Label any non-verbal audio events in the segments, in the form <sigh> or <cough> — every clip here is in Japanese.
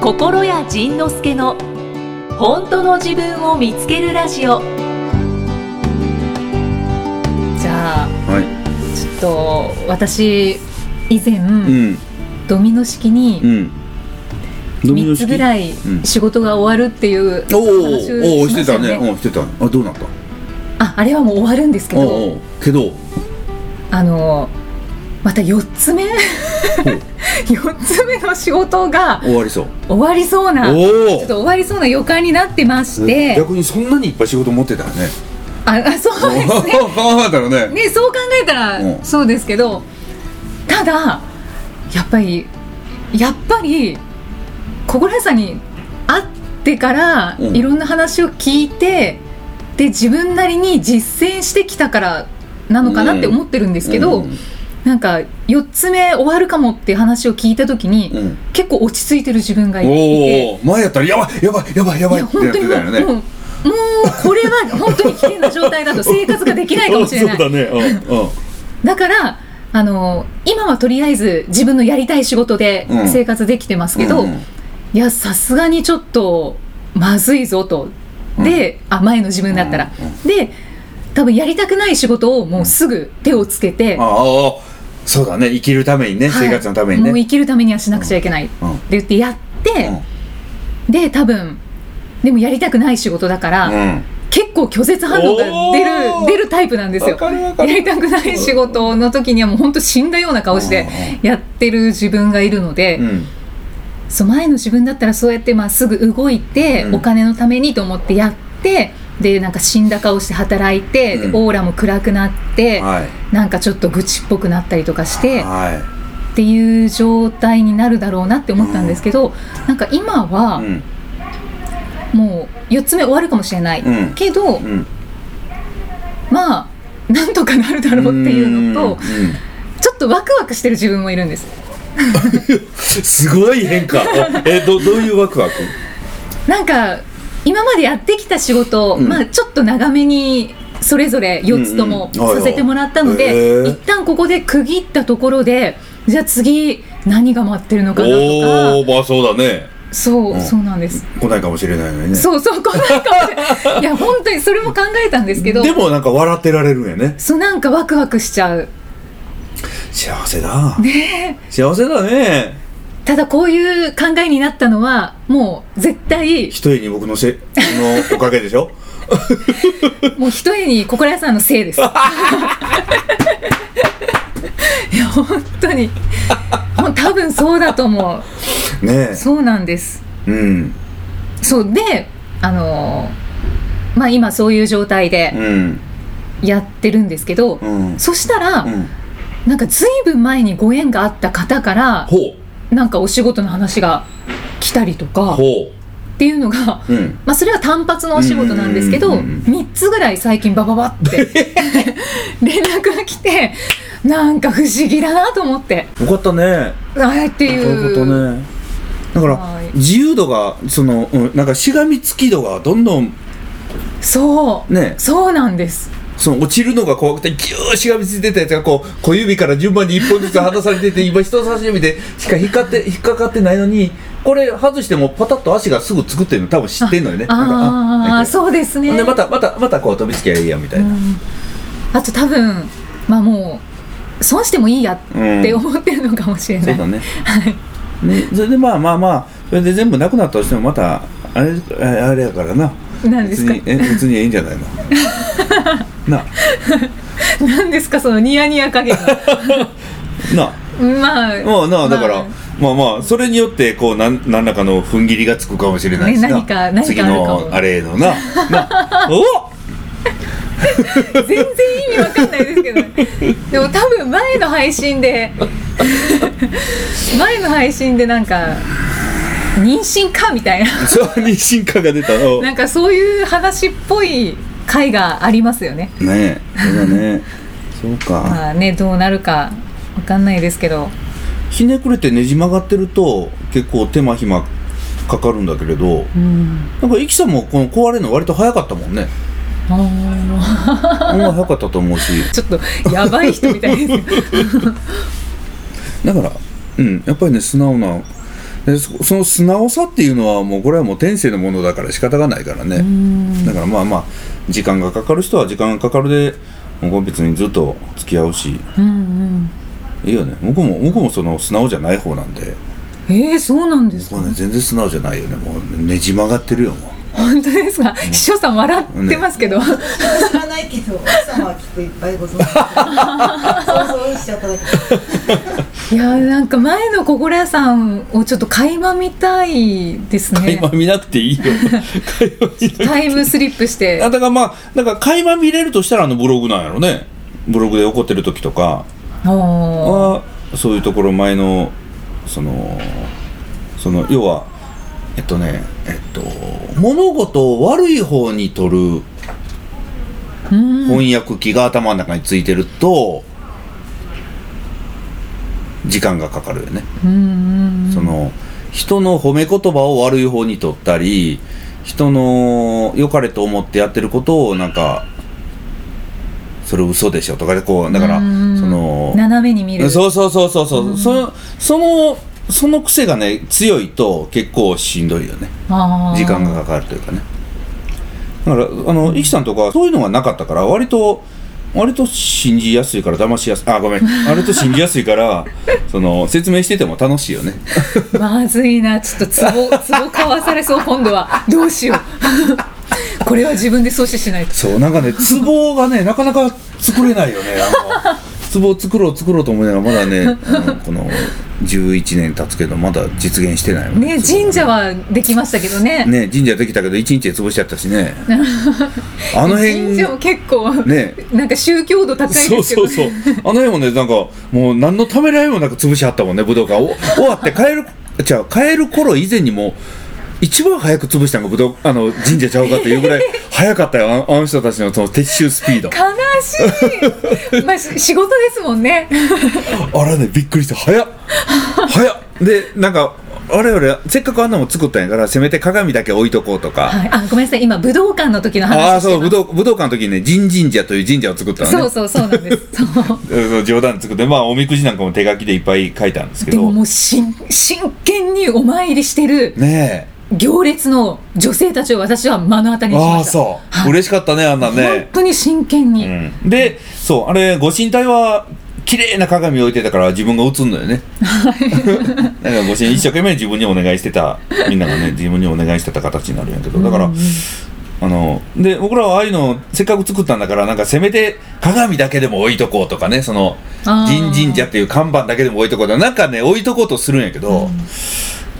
心谷仁之助の本当の自分を見つけるラジオじゃあはい。ちょっと私以前、うん。ドミノ式にうん。 3つぐらいうん仕事が終わるっていう話おをおおおししまてしたたよね。ねうんしてた。あどうなった？ああれはもう終わるんですけおうどおうけど。あのまた4つ目 <laughs> 4つ目の仕事が終わりそう。終わりそうなちょおっと終わりそうな予感になってましお。て逆にそんなにいっぱい仕事持ってたよね。ああそうです <laughs> ねおお考えたらね。ね、そう考えたうらんそうですけど、ただやっぱりやっぱり小倉さんに会ってからうんいろんな話を聞いて、で自分なりに実践してきたからなのかなって思ってるんですけど、うんなんか4つ目終わるかもっていう話を聞いた時に、うん結構落ち着いてる自分がいて。おお前やったらやばいやばいやばいやいばいやって本やっ当てにたもう,、よね。もうもうこれは本当に危険な状態だと生活ができないかもしれない <laughs> そうだね。うんうん。だからあの今はとりあえず自分のやりたい仕事でうん生活できてますけど、うんうんいやさすがにちょっとまずいぞとで、あ前の自分だったら、うんうで多分やりたくない仕事をもうすぐ手をつけて、ああそうだね生きるためにねはい生活のためにもうね。生きるためにはしなくちゃいけないってうん言ってやって、で多分でもやりたくない仕事だから、うん。結構拒絶反応が出おーる出るタイプなんですよわかるわやかるりたくない仕事の時にはもう本当死んだような顔してやってる自分がいるので、うん。そう前の自分だったらそうやってまっすぐ動いて、うんお金のためにと思ってやってでなんか死んだ顔して働いて、でうんオーラも暗くなって、はい。なんかちょっと愚痴っぽくなったりとかしてはっていう状態になるだろうなって思ったんですけど、なんか今い。うはんもう4つ目終わるかもしれない、うんけど、うん。まあなんとかなるだろうっていうのとうんうんちょっとワクワクしてる自分もいるんですすごい <laughs> 変化。おえどどういうワクワク？なんか今までやってきた仕事、うんまあちょっと長めにそれぞれ4つともうんうんはいはさいせてもらったので、へー一旦ここで区切ったところでじゃあ次何が待ってるのかなとおーまあそうだね。かそう、うんそうなんです、来ないかもしれないのにね。そうそうこんないかもしれ <laughs> ないいや本当にそれも考えたんですけどでもなんか笑ってられるんやね。そうなんかワクワクしちゃう幸せだ。幸せだね。ただこういう考えになったのはもう絶対一重に僕のせのおかげでし <laughs> ょ。もう一重に心屋さんのせいです <laughs> いや本当にもう多分そうだと思ねうそうなんですえ。うんそうであのーまあ今そういう状態でうんやってるんですけど、うん。そしたら、うんなんか随分前にご縁があった方からほなんかお仕事の話が来たりとうかっほていうのがう。うん。まあ、それは単発のお仕事なんですけうど、んうんうん3つぐらい最近バババって <laughs> 連絡が来てなんか不思議だなと思ってよかったね。ああってそういういうことね。だからはい自由度がそのうんなんかしがみつき度がどんどんそう、ねそうなんですその落ちるのが怖くてぎゅーしがみついてたやつがこう小指から順番に一本ずつ離されてて今人差し指でしか引っかかって引っかかってないのにこれ外してもパタッと足がすぐつくってるの多分知ってんのよねなんかああそうですうねでまたまたまたこう飛びつきゃいいやみたいな、うんあと多分まあもう損してもいいやって思ってるのかもしれそなうい、だねはい、ねそれでまあまあまあそれで全部なくなったとしてもまたあれああれやからな何ですか別にえ別にいいんじ <laughs> ゃないのな何ですかそのニヤニヤ加減 <laughs> はなまあまあなあだから、ままあまあそれによってこうなん何らかの踏ん切りがつくかもしれないしな、ね何か何次かあるかものあれ <laughs> のななおあ全然意味わかんないですけど、ね、でも多分前の配信で前の配信でなんか妊娠かみたいなそう妊娠感が出たのなねんかそういう話っぽい回がありますよねえそうだねそうかまあねどうなるかわかんないですけどひねくれてねじ曲がってると結構手間暇かかるんだけれどうんなんかイキさんもこの壊れるの割と早かったも <laughs> んねああんま早かったと思うしーちょっとやばい人みたいですだからうんやっぱりね素直なでそその素直さっていうのはもうこれはもう天性のものだから仕方がないからねだからまあまあ時間がかかる人は時間がかかるでもう別にずっと付き合うしうんいいよね僕も僕もその素直じゃない方なんでうんえー、そうなんですか僕はね全然素直じゃないよねもうねじ曲がってるよもう本当ですか秘書さん笑ってますけど、知らないけど奥様はきっといっぱいご存知だ想像しちゃっただけいやーなんか前の小倉屋さんをちょっと垣間見たいです垣ね間見なくていいよ <laughs> 垣間見なくてタイムスリップしあて <laughs> だからまあだから垣間見れるとしたらあのブログなんやろねブログで怒ってる時とかおーはそういうところ前のそのその要はえっとねえっと物事を悪い方に取るうん翻訳機が頭の中についてると時間がかかるよね、うんその人の褒め言葉を悪い方に取ったり人の良かれと思ってやってることをなんかそれ嘘でしょとかでこうだからそうんの斜めに見るそうそうそうそうそう、そのそのその癖がね強いと結構しんどいよねあー時間がかかるというかねだからあのイキさんとかはそういうのがなかったから割と割と信じやすいから騙しやすいあごめん割と信じやすいからその説明してても楽しいよねまずいなちょっとツボ <laughs> ツボかわされそう今度はどうしよう <laughs> これは自分で阻止しないとそうなんかねツボがねなかなか作れないよねあのツボを作ろう作ろうと思いながらまだねあのこの11年経つけどまだ実現してないよねツボが神社はできましたけどねね神社できたけど一日で潰しちゃったし <laughs> ねあの辺神社も結構ねなんか宗教度高いそうですけどそうねそうあの辺もねなんかもう何のためらいもなく潰しはったもんね武道館お終わって帰るじゃあ帰る頃以前にもう一番早く潰したのが武道あの神社ちゃうかというぐらい早かったよあのあの人たちのその撤収スピード悲しい <laughs> まあし仕事ですもんねあれねびっくりした早っ早っでなんか我々せっかくあんなもん作ったんやからせめて鏡だけ置いとこうとか、はいあごめんなさい今武道館の時の話ああしてそうます武道武道館の時にね神神社という神社を作ったのねそうそうそうなんですそううん冗談つくでまあおみくじなんかも手書きでいっぱい書いたんですけでもどもうしん真剣にお参りしてるね行列の女性たちを私は目の当たえりにしあまあしたそう嬉しかったねあんな本ね、当に真剣に、うん、でそうあれご神体は綺麗な鏡置いてたから自分が映んのよねだからご神一生懸命自分にお願いしてたみんながね自分にお願いしてた形になるんやけどだから、あので僕らはああいうのせっかく作ったんだからなんかせめて鏡だけでも置いとこうとかねそのあー神神社っていう看板だけでも置いとこうとかなんかね置いとこうとするんやけど、も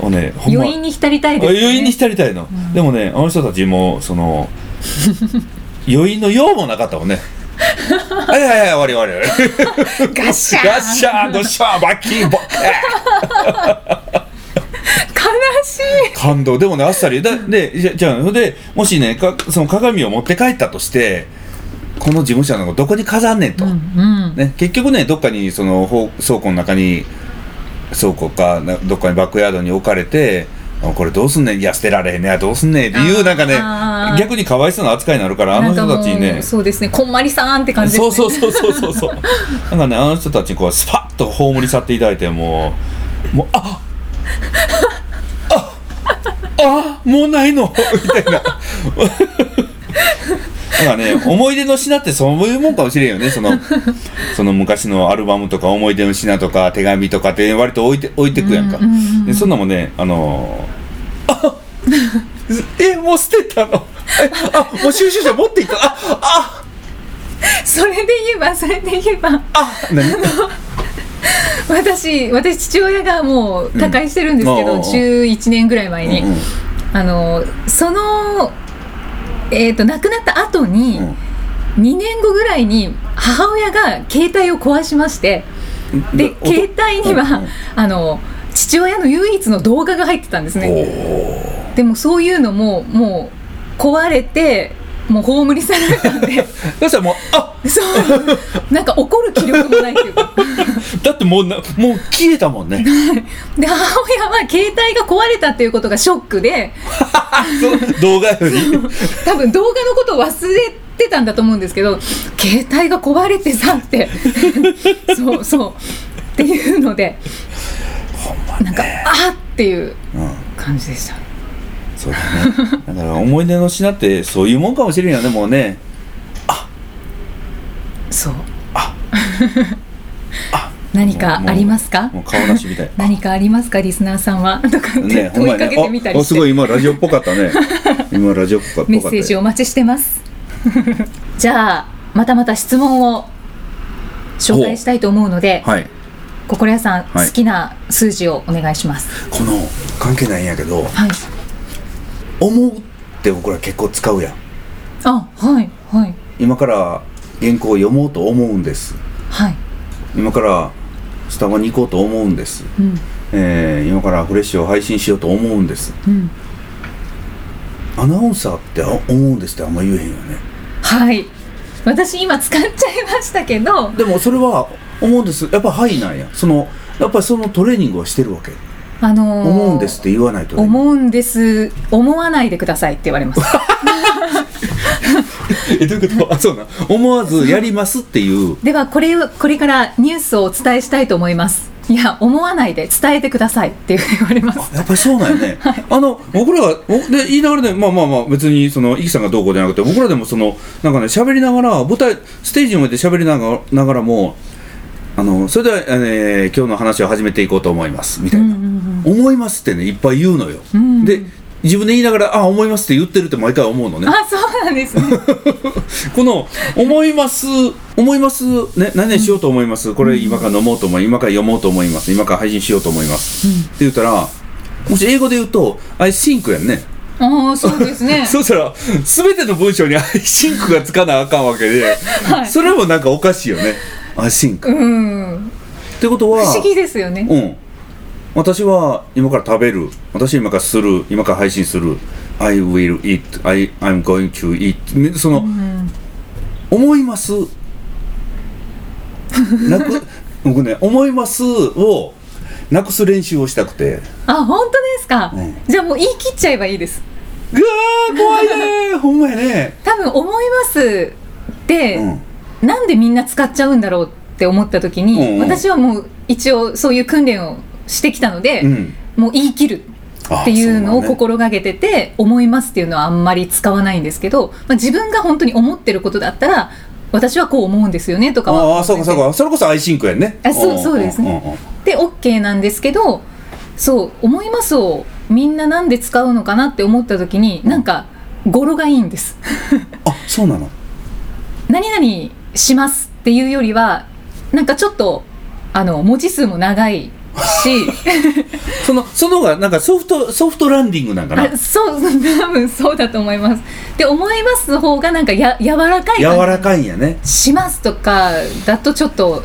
うねほんま余韻に浸りたいです、ね、余韻に浸りたいの、でもねあの人たちもそ <laughs> の余韻の用もなかったもんねはいはいはい終わり終わり終わりガッシャーンガッシャーゴッシャーバッキ <laughs> ーボッ悲しい感動でもねあっさりだでじゃじゃあそれでもしねかその鏡を持って帰ったとしてこの事務所のどこに飾んねんと、うんね、結局ねどっかにそのほう倉庫の中に倉庫かなどっかにバックヤードに置かれてあこれどうすんねんいや捨てられへんねやどうすんねんっていあうーなんかねあー逆にかわいそうな扱いになるからあの人たちになんかもねうそうですねこんまりさんって感じですねそうそうそうそうそうそうなんかねあの人たちにこうスパッと葬り去っていただいてもうもうあああもうないのみたいな。なんかね、思い出の品ってそういうもんかもしれんよねそのその昔のアルバムとか思い出の品とか手紙とかって割と置いて置いてくやんか、うんうんうんでそんなもんねあのー、あえもう捨てたのえあもう収集者持っていったああそれで言えばそれで言えばあ何 <laughs> 私私父親がもう他界してるんですけど、うんああ11年ぐらい前に、うんうんあのそのえっ、と亡くなった後に、うん2年後ぐらいに母親が携帯を壊しましてでお携帯には、うんうんあの父親の唯一の動画が入ってたんですねでもそういうのももう壊れてもう葬り去られたん <laughs> でだしたらもうあそうなんか怒る気力もないっていうかだってもうなもう消えたもん <laughs> ねで母親は携帯が壊れたっていうことがショックでそう動画より多分動画のことを忘れてたんだと思うんですけど携帯が壊れてさって <laughs> そうそうっていうのでなんかあっっていううん感じでしたそうだねだから思い出の品ってそういうもんかもしれんよねもうねそうあ <laughs> 何かありますかもう顔なしみたい <laughs> 何かありますかリスナーさんは <laughs> とかって、ねほん問まいかやけねてみたありあしすて、ごい今ラジオっぽかっ <laughs> たね今ラジオっぽかっぽメッかったセージお待ちしてます。じゃあまたまた質問を紹介したいと思うので、はい心屋さん、はい好きな数字をお願いします。この関係ないんやけどはい。思うって僕ら結構使うやんあはいはい今から原稿を読もうと思うんですはい。今からスタバに行こうと思うんです、うんえー今からフレッシュを配信しようと思うんですうんアナウンサーってあ思うんですってあんま言えへんよねはい。私今使っちゃいましたけど、でもそれは思うんですやっぱ「はい」なんやそのやっぱりそのトレーニングをしてるわけあのー思うんですって言わないとね思うんです思わないでくださいって言われます。えどういうことあそうな思わずやりますっていうではこれをこれからニュースをお伝えしたいと思いますいや思わないで伝えてくださいって言われ <laughs> ますやっぱりそうなんよね、あの僕らが僕で言いながらねまあまあまあ別にそのイキさんがどうこうじゃなくて僕らでもそのなんかね喋りながら舞台ステージに向いて喋りながらながらもあのそれでは、えー今日の話を始めていこうと思いますみたいな、思いますってねいっぱい言うのよ、んで自分で言いながらあ思いますって言ってるって毎回思うのねあそうなんですねこの「思います」「思います」ね「何々しようと思います」これ今から飲もうと思い今から読もうと思います今から配信しようと思います、って言ったらもし英語で言うと「I think」やんねああそうですね <laughs> そうしたら全ての文章に「I think」がつかなあかんわけで、 <laughs> はいそれもなんかおかしいよね「I think う」んってことは不思議ですよねうん私は今から食べる私は今からする今から配信する I will eat I, I'm going to eat その、思います <laughs> なく僕ね思いますをなくす練習をしたくてあ本当ですか、うんじゃあもう言い切っちゃえばいいですうわー怖いねー <laughs> ほんまやね多分思いますって、なんでみんな使っちゃうんだろうって思った時に、うんうん私はもう一応そういう訓練をしてきたので、うんもう言い切るあっていうのをそうなんね心がけてて、思いますっていうのはあんまり使わないんですけど、まあ、自分が本当に思ってることだったら私はこう思うんですよねとかはああそうかそうかそれこそアイシンクやんねあそうそうですねんうんで OK なんですけどそう思いますをみんななんで使うのかなって思った時になんか語呂がいいんです <laughs> あそうなの何々しますっていうよりはなんかちょっとあの文字数も長いしそのその方がなんかソフトソフトランディングなんかなあ <laughs> そう多分そうだと思いますで思いますの方がなんかや柔らかい感じ柔らかいんやねしますとかだとちょっと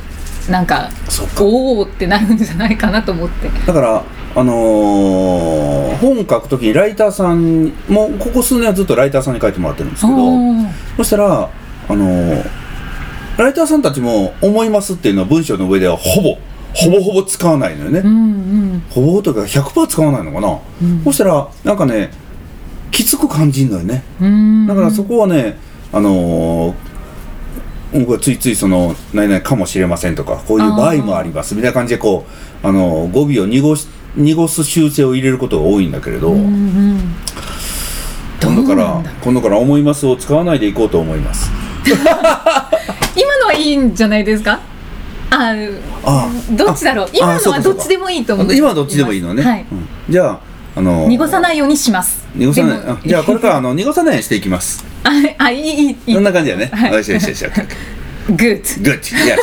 なんかそっかおおってなるんじゃないかなと思ってだからあのー本書くときにライターさんもうここ数年はずっとライターさんに書いてもらってるんですけどおーそしたらあのーライターさんたちも「思います」っていうのは文章の上ではほぼほぼほぼ使わないのよね、うんうんほぼほぼというか100%使わないのかな、そしたらなんかねきつく感じるのよねうんだからそこはね、あのー僕はついついその「何々かもしれません」とかこういう場合もありますみたいな感じでこう、あのー語尾を濁し濁す修正を入れることが多いんだけれど、うんうん今度かどうなんらだ「今度から思います」を使わないでいこうと思います今のはいいんじゃないですかああどっちだろうあ今あのそうはかどっちでもいいとあ思う今はどっちでもいいのね、はいうんじゃああのー濁さないようにします濁さないでもあじ <laughs> ゃあこれからあの濁さないようにしていきますああいいいいいいこんな感じだね、はいよしよしよし OK グッ good yes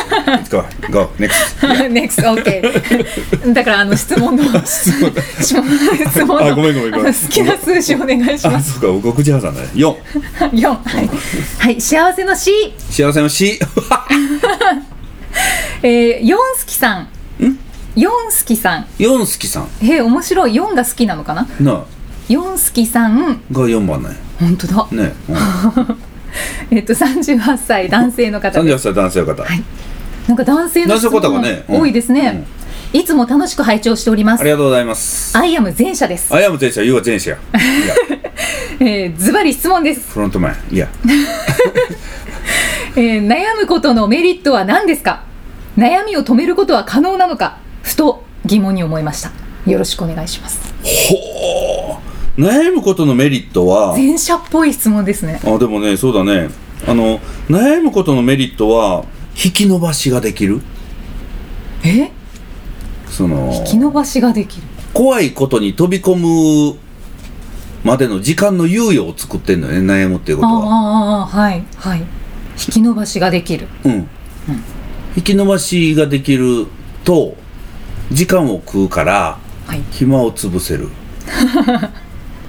let's go go next <laughs> Next, OK <laughs> だからあの質問の質問のあごめんごめんごめんあの好きな数字お願いしあますそうか僕口挟んだね4 4はい、はい、幸せの C、幸せの C えー、ヨンスキさんヨンスキさんヨンスキさんえー、面白い4が好きなのかななヨンスキさんが4番ね本当だね、うん、えっと38歳男性の方です38歳男性の方、いなんか男性の質問男性の方がねうん多いですね、いつも楽しく拝聴しておりまあすりがとうございますアイアム前者です、あやむ前者、ゆうは前者。いや、えー、ズバリ質問です、フロントマン。いや、えー、悩むことのメリットは何ですか悩みを止めることは可能なのかふと疑問に思いましたよろしくお願いしますほう悩むことのメリットは前者っぽい質問ですねあでもねそうだねあの悩むことのメリットは引き伸ばしができるえその引き伸ばしができる怖いことに飛び込むまでの時間の猶予を作ってんのよね悩むっていうこあとあはああはいはい引き伸ばしができるうん、引き伸ばしができると時間を食うからはい暇を潰せ <laughs> る、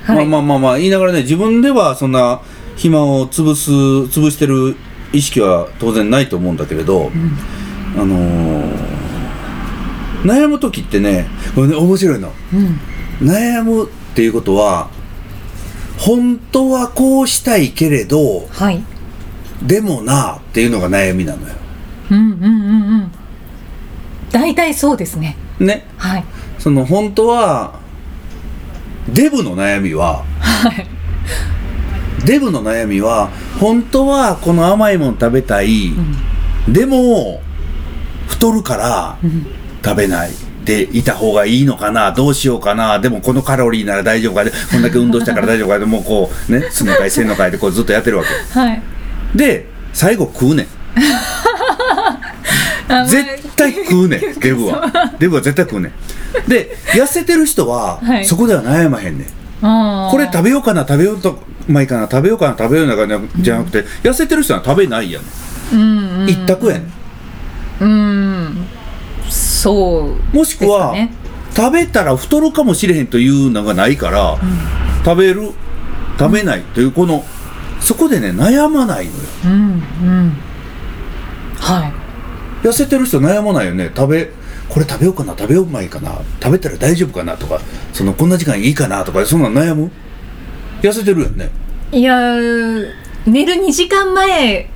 はいまあまあまあまあ言いながらね自分ではそんな暇を潰す潰してる意識は当然ないと思うんだけれど、あのー悩む時ってねこれね面白いのうん悩むっていうことは本当はこうしたいけれどはいでもなっていうのが悩みなのようんうんうんうん大体そうですねねはいその本当はデブの悩みははいデブの悩みは本当はこの甘いもの食べたい、でも太るから食べないでいた方がいいのかなどうしようかなでもこのカロリーなら大丈夫かでこんだけ運動したから大丈夫かでもうこうねすのかいせんのかいでこうずっとやってるわけはいで最後食うねんあ絶対食う <laughs> ねんデブはデブは絶対食うねんで痩せてる人ははいそこでは悩まへんねん、あーこれ食べようかな食べようとまあいいかな食べようかな食べようかなじゃなくて、痩せてる人は食べないやん、うんうん一択やねんうんそうもしくは、ですかね食べたら太るかもしれへんというのがないから、食べる食べないというこのそこでね悩まないのようんうんはい痩せてる人悩まないよね食べこれ食べようかな食べようまいかな食べたら大丈夫かなとかそのこんな時間いいかなとかそんなん悩む痩せてるよねいやー寝る2時間前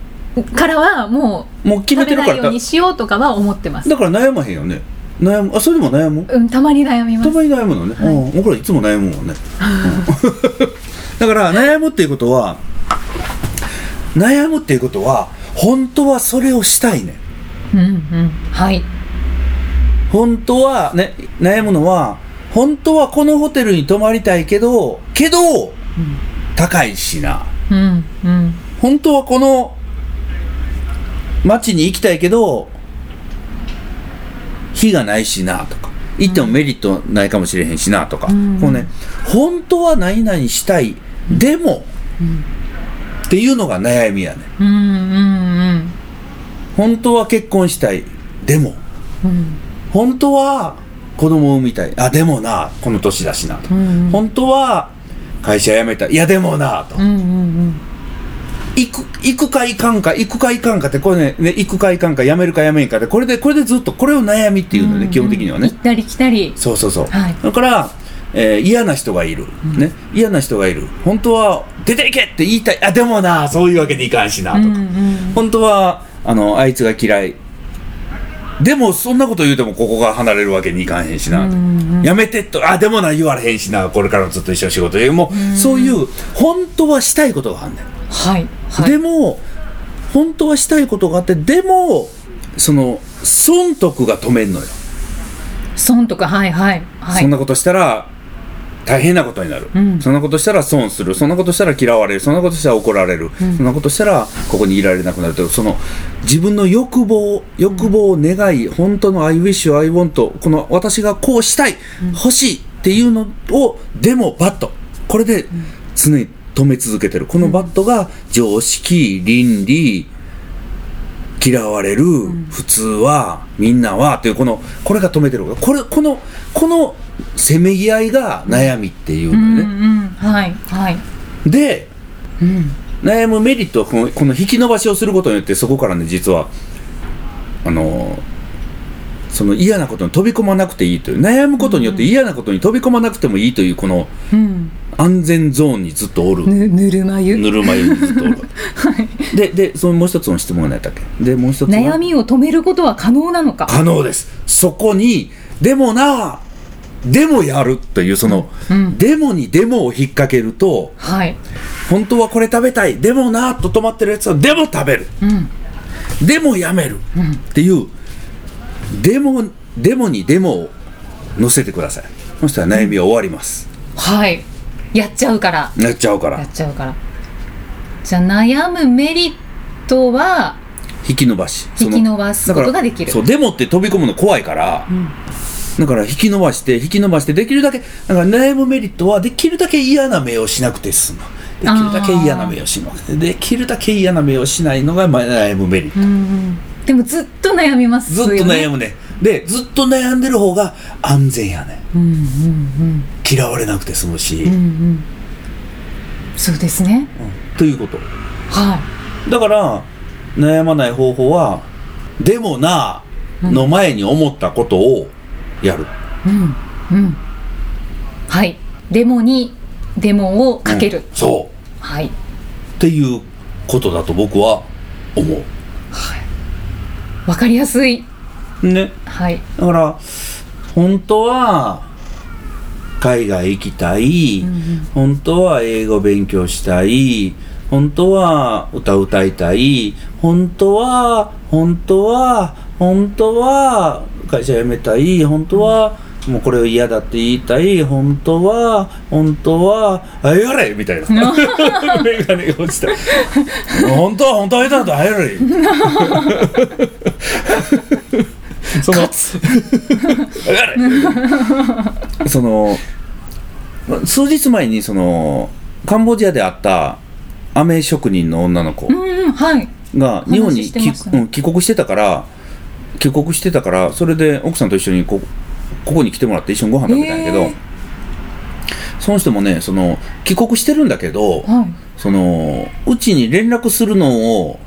からはもうもう決め食べてるなかいらようにしようとかは思ってます、だから悩まへんよね悩むあそれでも悩むうん、たまに悩みまたすまに悩むのね、うん僕らいつも悩むもんね、うん <laughs> だから悩むっていうことは悩むっていうことは本当はそれをしたいねうんうんはい本当はね悩むのは本当はこのホテルに泊まりたいけどけど、高いしなうんうん本当はこの町に行きたいけど日がないしなとか行ってもメリットないかもしれへんしなとか、んこうね本当は何々したいでも、っていうのが悩みやねうんうん本当は結婚したいでもうんうん本当は子供を産みたいあでもなこの年だしなとか、うん本当は会社辞めたいいやでもなと、うんうん行く、行くか行かんか、行くか行かんかって、これね、ね行くか行かんか、やめるかやめんかって、これで、これでずっと、これを悩みっていうのね、基本的にはうん行ねっ。たり来たりそうそうそう。はいだから、えー嫌な人がいる、ね。嫌な人がいる。本当は、出ていけって言いたい。あ、でもな、そういうわけにいかんしな、とうか。んうん本当は、あの、あいつが嫌い。でも、そんなこと言うても、ここが離れるわけにいかんへんしな、とやめてと、あ、でもな、言われへんしな、これからもずっと一緒に仕事で。もう、そういう、本当はしたいことがあんねん。はいはいでも本当はしたいことがあってでもその損得が止めんのよ、損とかはいはいはそんいなことしたら大変なことになる、んそんなことしたら損するそんなことしたら嫌われるそんなことしたら怒られる、そんなことしたらここにいられなくなるというその自分の欲望欲望願い本当の「I wish I want」この私がこうしたい、欲しいっていうのをでもバッとこれで常に止め続けてるこのバットが常識倫理嫌われる、普通はみんなはというこのこれが止めてるこれこのこのせめぎ合いが悩みっていううんのうよね、んはいはいでうん悩むメリットはこのこの引き伸ばしをすることによってそこからね実はあのその嫌なことに飛び込まなくていいという悩むことによって嫌なことに飛び込まなくてもいいというこのうん安全ゾーンにずっとおる、ぬぬるま湯ぬるま湯にずっとお <laughs> る、ででそのもう一つの質問が何やったっけでもう一つは悩みを止めることは可能なのか可能ですそこにでもなでもやるというその、うんでもにでもを引っ掛けるとはい本当はこれ食べたいでもなと止まってるやつはでも食べるうんでもやめるっていう、でもでもにでもを乗せてくださいそしたら悩みは終わりますはいやっちゃうからなっちゃうからやっちゃうからじゃあ悩むメリットは引き伸ばしその引き伸ばすことができるそうデモって飛び込むの怖いから、んだから引き伸ばして引き伸ばしてできるだけだから悩むメリットはできるだけ嫌な目をしなくて済むできるだけ嫌な目をしないできるだけ嫌な目をしないのがまあ悩むメリット、うんうんでもずっと悩みますずよっねと悩むねでずっと悩んでる方が安全やねうんうん嫌われなくて済むし、うんうんうんそうですねということはいだから悩まない方法は「でもな」の前に思ったことをやる、うんうんはいデモにデモをかける、うんそうはいっていうことだと僕は思う。わかりやすいね。はいだから、本当は、海外行きたい、んうん本当は英語勉強したい、本当は歌歌いたい、本当は、本当は、本当は、会社辞めたい、本当は、もうこれを嫌だって言いたい、本当は、本当は、あやれみたいな。 <laughs> メガネが落ちた。本当は、本当は嫌だって、あやれ <laughs> その、わかる <laughs> その数日前にそのカンボジアで会ったアメ職人の女の子うんうんはいが日本に話してましたね帰うん帰国してたから帰国してたからそれで奥さんと一緒にこここに来てもらって一緒にご飯食べたんやけど、へえその人もねその帰国してるんだけど、はいそのうちに連絡するのを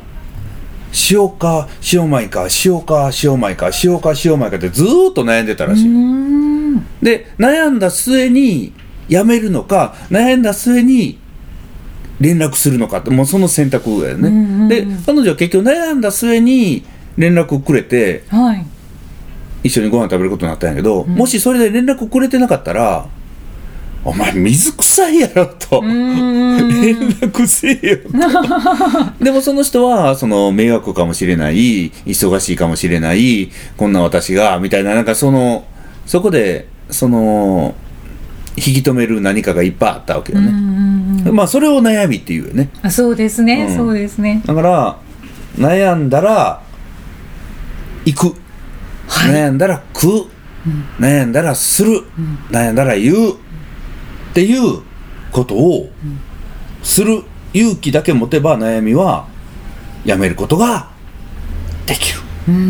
しようかしようまいかしようかしようまいかしようかしようまいかってずーっと悩んでたうらしい、ーんで悩んだ末に辞めるのか悩んだ末に連絡するのかってもうその選択だよね、うんうんうんで彼女は結局悩んだ末に連絡くれてはい一緒にご飯食べることになったんやけど、んもしそれで連絡くれてなかったら「お前水臭いやろ」と。うー連ん絡せえよとでもその人はその迷惑かもしれない忙しいかもしれないこんな私がみたいななんかそのそこでその引き止める何かがいっぱいあったわけようんうね、んうんまあそれを悩みっていうよねあそうですね、うんそうですねだから悩んだら行く、悩んだら食う、悩んだらする、悩んだら言う、っていうことをする勇気だけ持てば悩みはやめることができるうーんう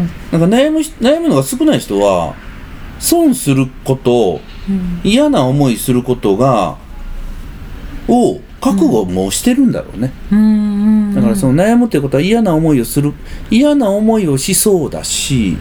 んなんか悩むし悩むのが少ない人は損すること嫌な思いすることがを覚悟もしてるんだろうね、うんうんだからその悩むってことは嫌な思いをする嫌な思いをしそうだし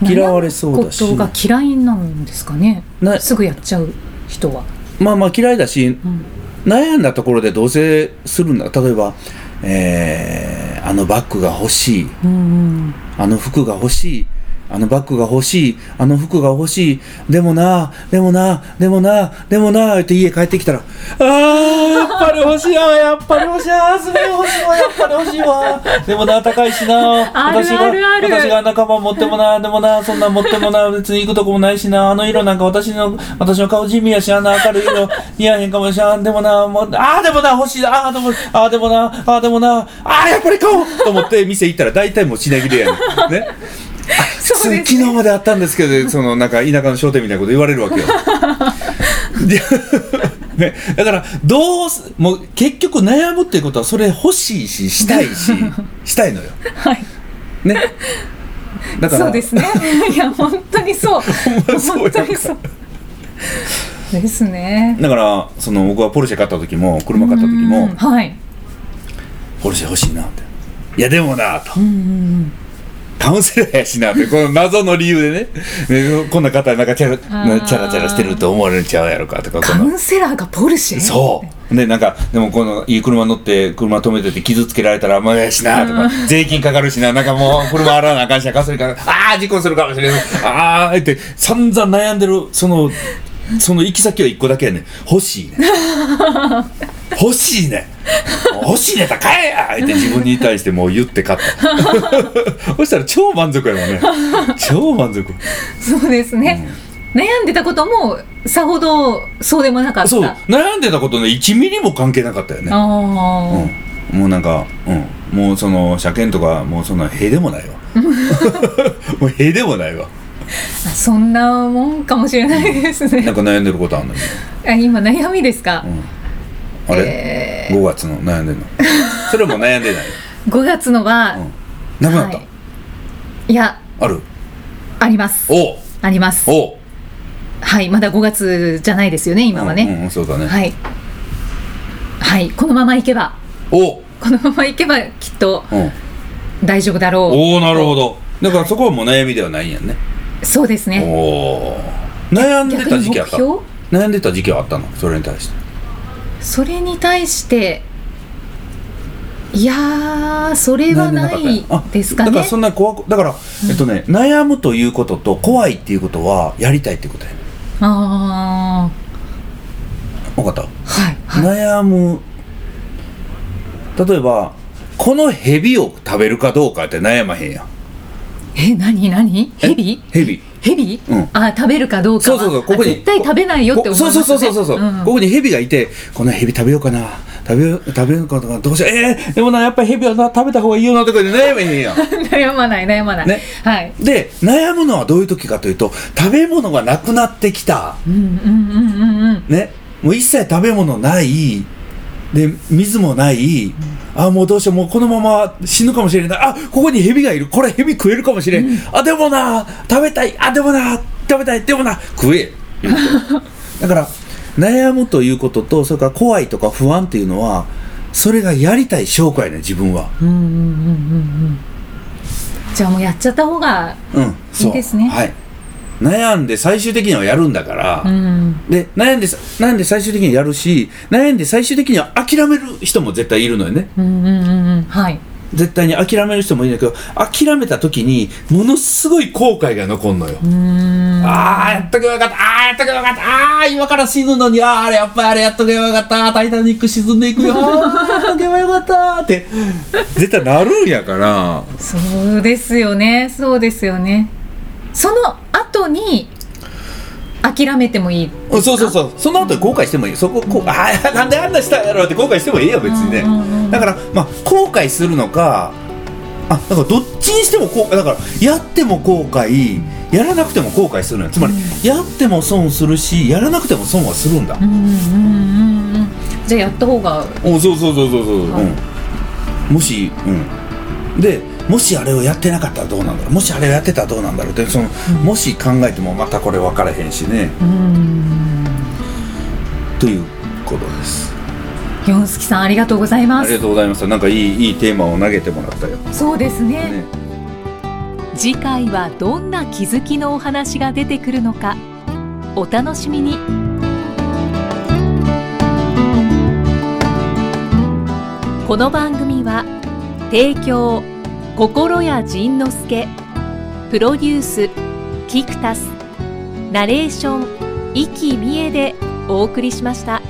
うん嫌われそうだしことが嫌いなんですかねなすぐやっちゃう人はまあまあ嫌いだしうん悩んだところでどうせするんだ例えば、えーあのバッグが欲しいうんあの服が欲しいあのバッグが欲しいあの服が欲しいでもなでもなでもなでもなって家帰ってきたらあーやっぱり欲しいわやっぱり欲しいあーすごい欲しいわやっぱり欲しいわでもな高いしなある私があるある私が仲間持ってもなでもなそんな持ってもな別に行くとこもないしなあの色なんか私の私の顔地味やしあんな明るい色似合えへんかもしれんでもなもうあーでもな欲しいなあーでもあーでもなあーでもなあーやっぱり買おうと思って店行ったら大体もう品切れやねんねそうです昨日まであったんですけど、そのなんか田舎の商店みたいなこと言われるわけよ。で <laughs> ね、だからどうすもう結局悩むっていうことはそれ欲しいししたいししたいのよ。はいね。だからそうです <laughs> ねいや本当にそうまそうや本んか当にそうですねだからその僕はポルシェ買った時も車買った時うもんはいポルシェ欲しいなって。いやでもなとう。んうんカウンセラーやしなってこの謎の理由でねねこんな方なんかチャラチーャラチャラしてると思われちゃうやろかとかこカのウンセラーがポルシェそう。で、なんか、でもこの、いい車乗って、車止めてて傷つけられたら、まあ、やしな、とか、税金かかるしな、なんかもう、車洗わなあかんし、ガソリンかかる、ああ、事故するかもしれない。ああ、って、散々悩んでる、その、その行き先は一個だけやねん欲しいねん。欲しいねん。欲しいねん、高いやって自分に対してもう言って勝 <laughs> った。そしたら超満足やもんね。超満足。そうですね、悩んでたこともさほどそうでもなかったそう悩んでたことね1ミリも関係なかったよね、ああ、うん、もうなんか、うん、もうその車検とかもうそんな塀で <laughs> もないわもう塀でもないわそんなもんかもしれないですなね <laughs> んか悩んでることあんのに、あ今悩みですかう、ん、あれ、え5月の悩んでんのそれも悩ん <laughs> でない、ー、5月のは、うん、なくなった、はいいやあるありますおうありますおうはいまだ5月じゃないですよね今はうんね、うんそうだね、はいはいこのままいけばおうこのままいけばきっとうん大丈夫だろうおおなるほどだからそこはもう悩みではないんやね、そうですねおお悩んでた時期あった逆に目悩んでた時期はあったのそれに対してそれに対していやーそれはないですかだかねらそんな怖くだから、えっとね悩むということと怖いっていうことはやりたいってことやねあ分かった、あはいはい悩む例えばこのヘビを食べるかどうかって悩まへんやんえ何何ヘビヘビヘビ、うんあ食べるかどうかそうはそうそうここにあ絶対食べないよって思います、ね、こそうそうそうそうそう、んここにヘビがいてこのヘビ食べようかな食べよう食べようかなどうしようえー、でもなやっぱりヘビはな食べた方がいいよなとかで悩めへんや <laughs> ん悩まない悩まない、ねはいで悩むのはどういう時かというと食べ物がなくなってきたうんうんうんうんうんねもう一切食べ物ないで水もない、あもうどうしようもうこのまま死ぬかもしれないあここにヘビがいるこれヘビ食えるかもしれん、あでもな食べたいあでもな食べたいでもな <laughs> 食え言うてだから悩むということとそれから怖いとか不安っていうのはそれがやりたい証拠やね自分はうんうんうんうんうんじゃあもうやっちゃった方がうんそういいですねはい、悩んで最終的にはやるんだから、うんで悩んでさ悩んで最終的にやるし悩んで最終的には諦める人も絶対いるのよねうんうんうんうんはい絶対に諦める人もいるんだけど諦めた時にものすごい後悔が残るのよ、うんああやっとけばよかったああやっとけばよかったああ今から死ぬのにあああれやっぱりあれやっとけばよかった「タイタニック」沈んでいくよああやっとけばよかったって絶対なるんやからそうですよねそうですよねその後に諦めてもいいそうそうそうその後に後悔してもいいそここうああなんであんなしたんやろうって後悔してもいいよ別にねうんうんうんだからまあ後悔するのかあだからどっちにしても後悔だからやっても後悔やらなくても後悔するのよつまり、やっても損するしやらなくても損はするんだう、んうんうんうんじゃあやった方がおそうそうそうそうそう、はいうん、もしうんでもしあれをやってなかったらどうなんだろうもしあれをやってたらどうなんだろうってその、もし考えてもまたこれ分からへんしねうんということですヨンスキさんありがとうございまありすがとうございました。なんかいいいいテーマを投げてもらったよ。そうですねね次回はどんな気づきのお話が出てくるのかお楽しみにこの番組は提供心谷仁之助プロデュースキクタスナレーション生きみえでお送りしました。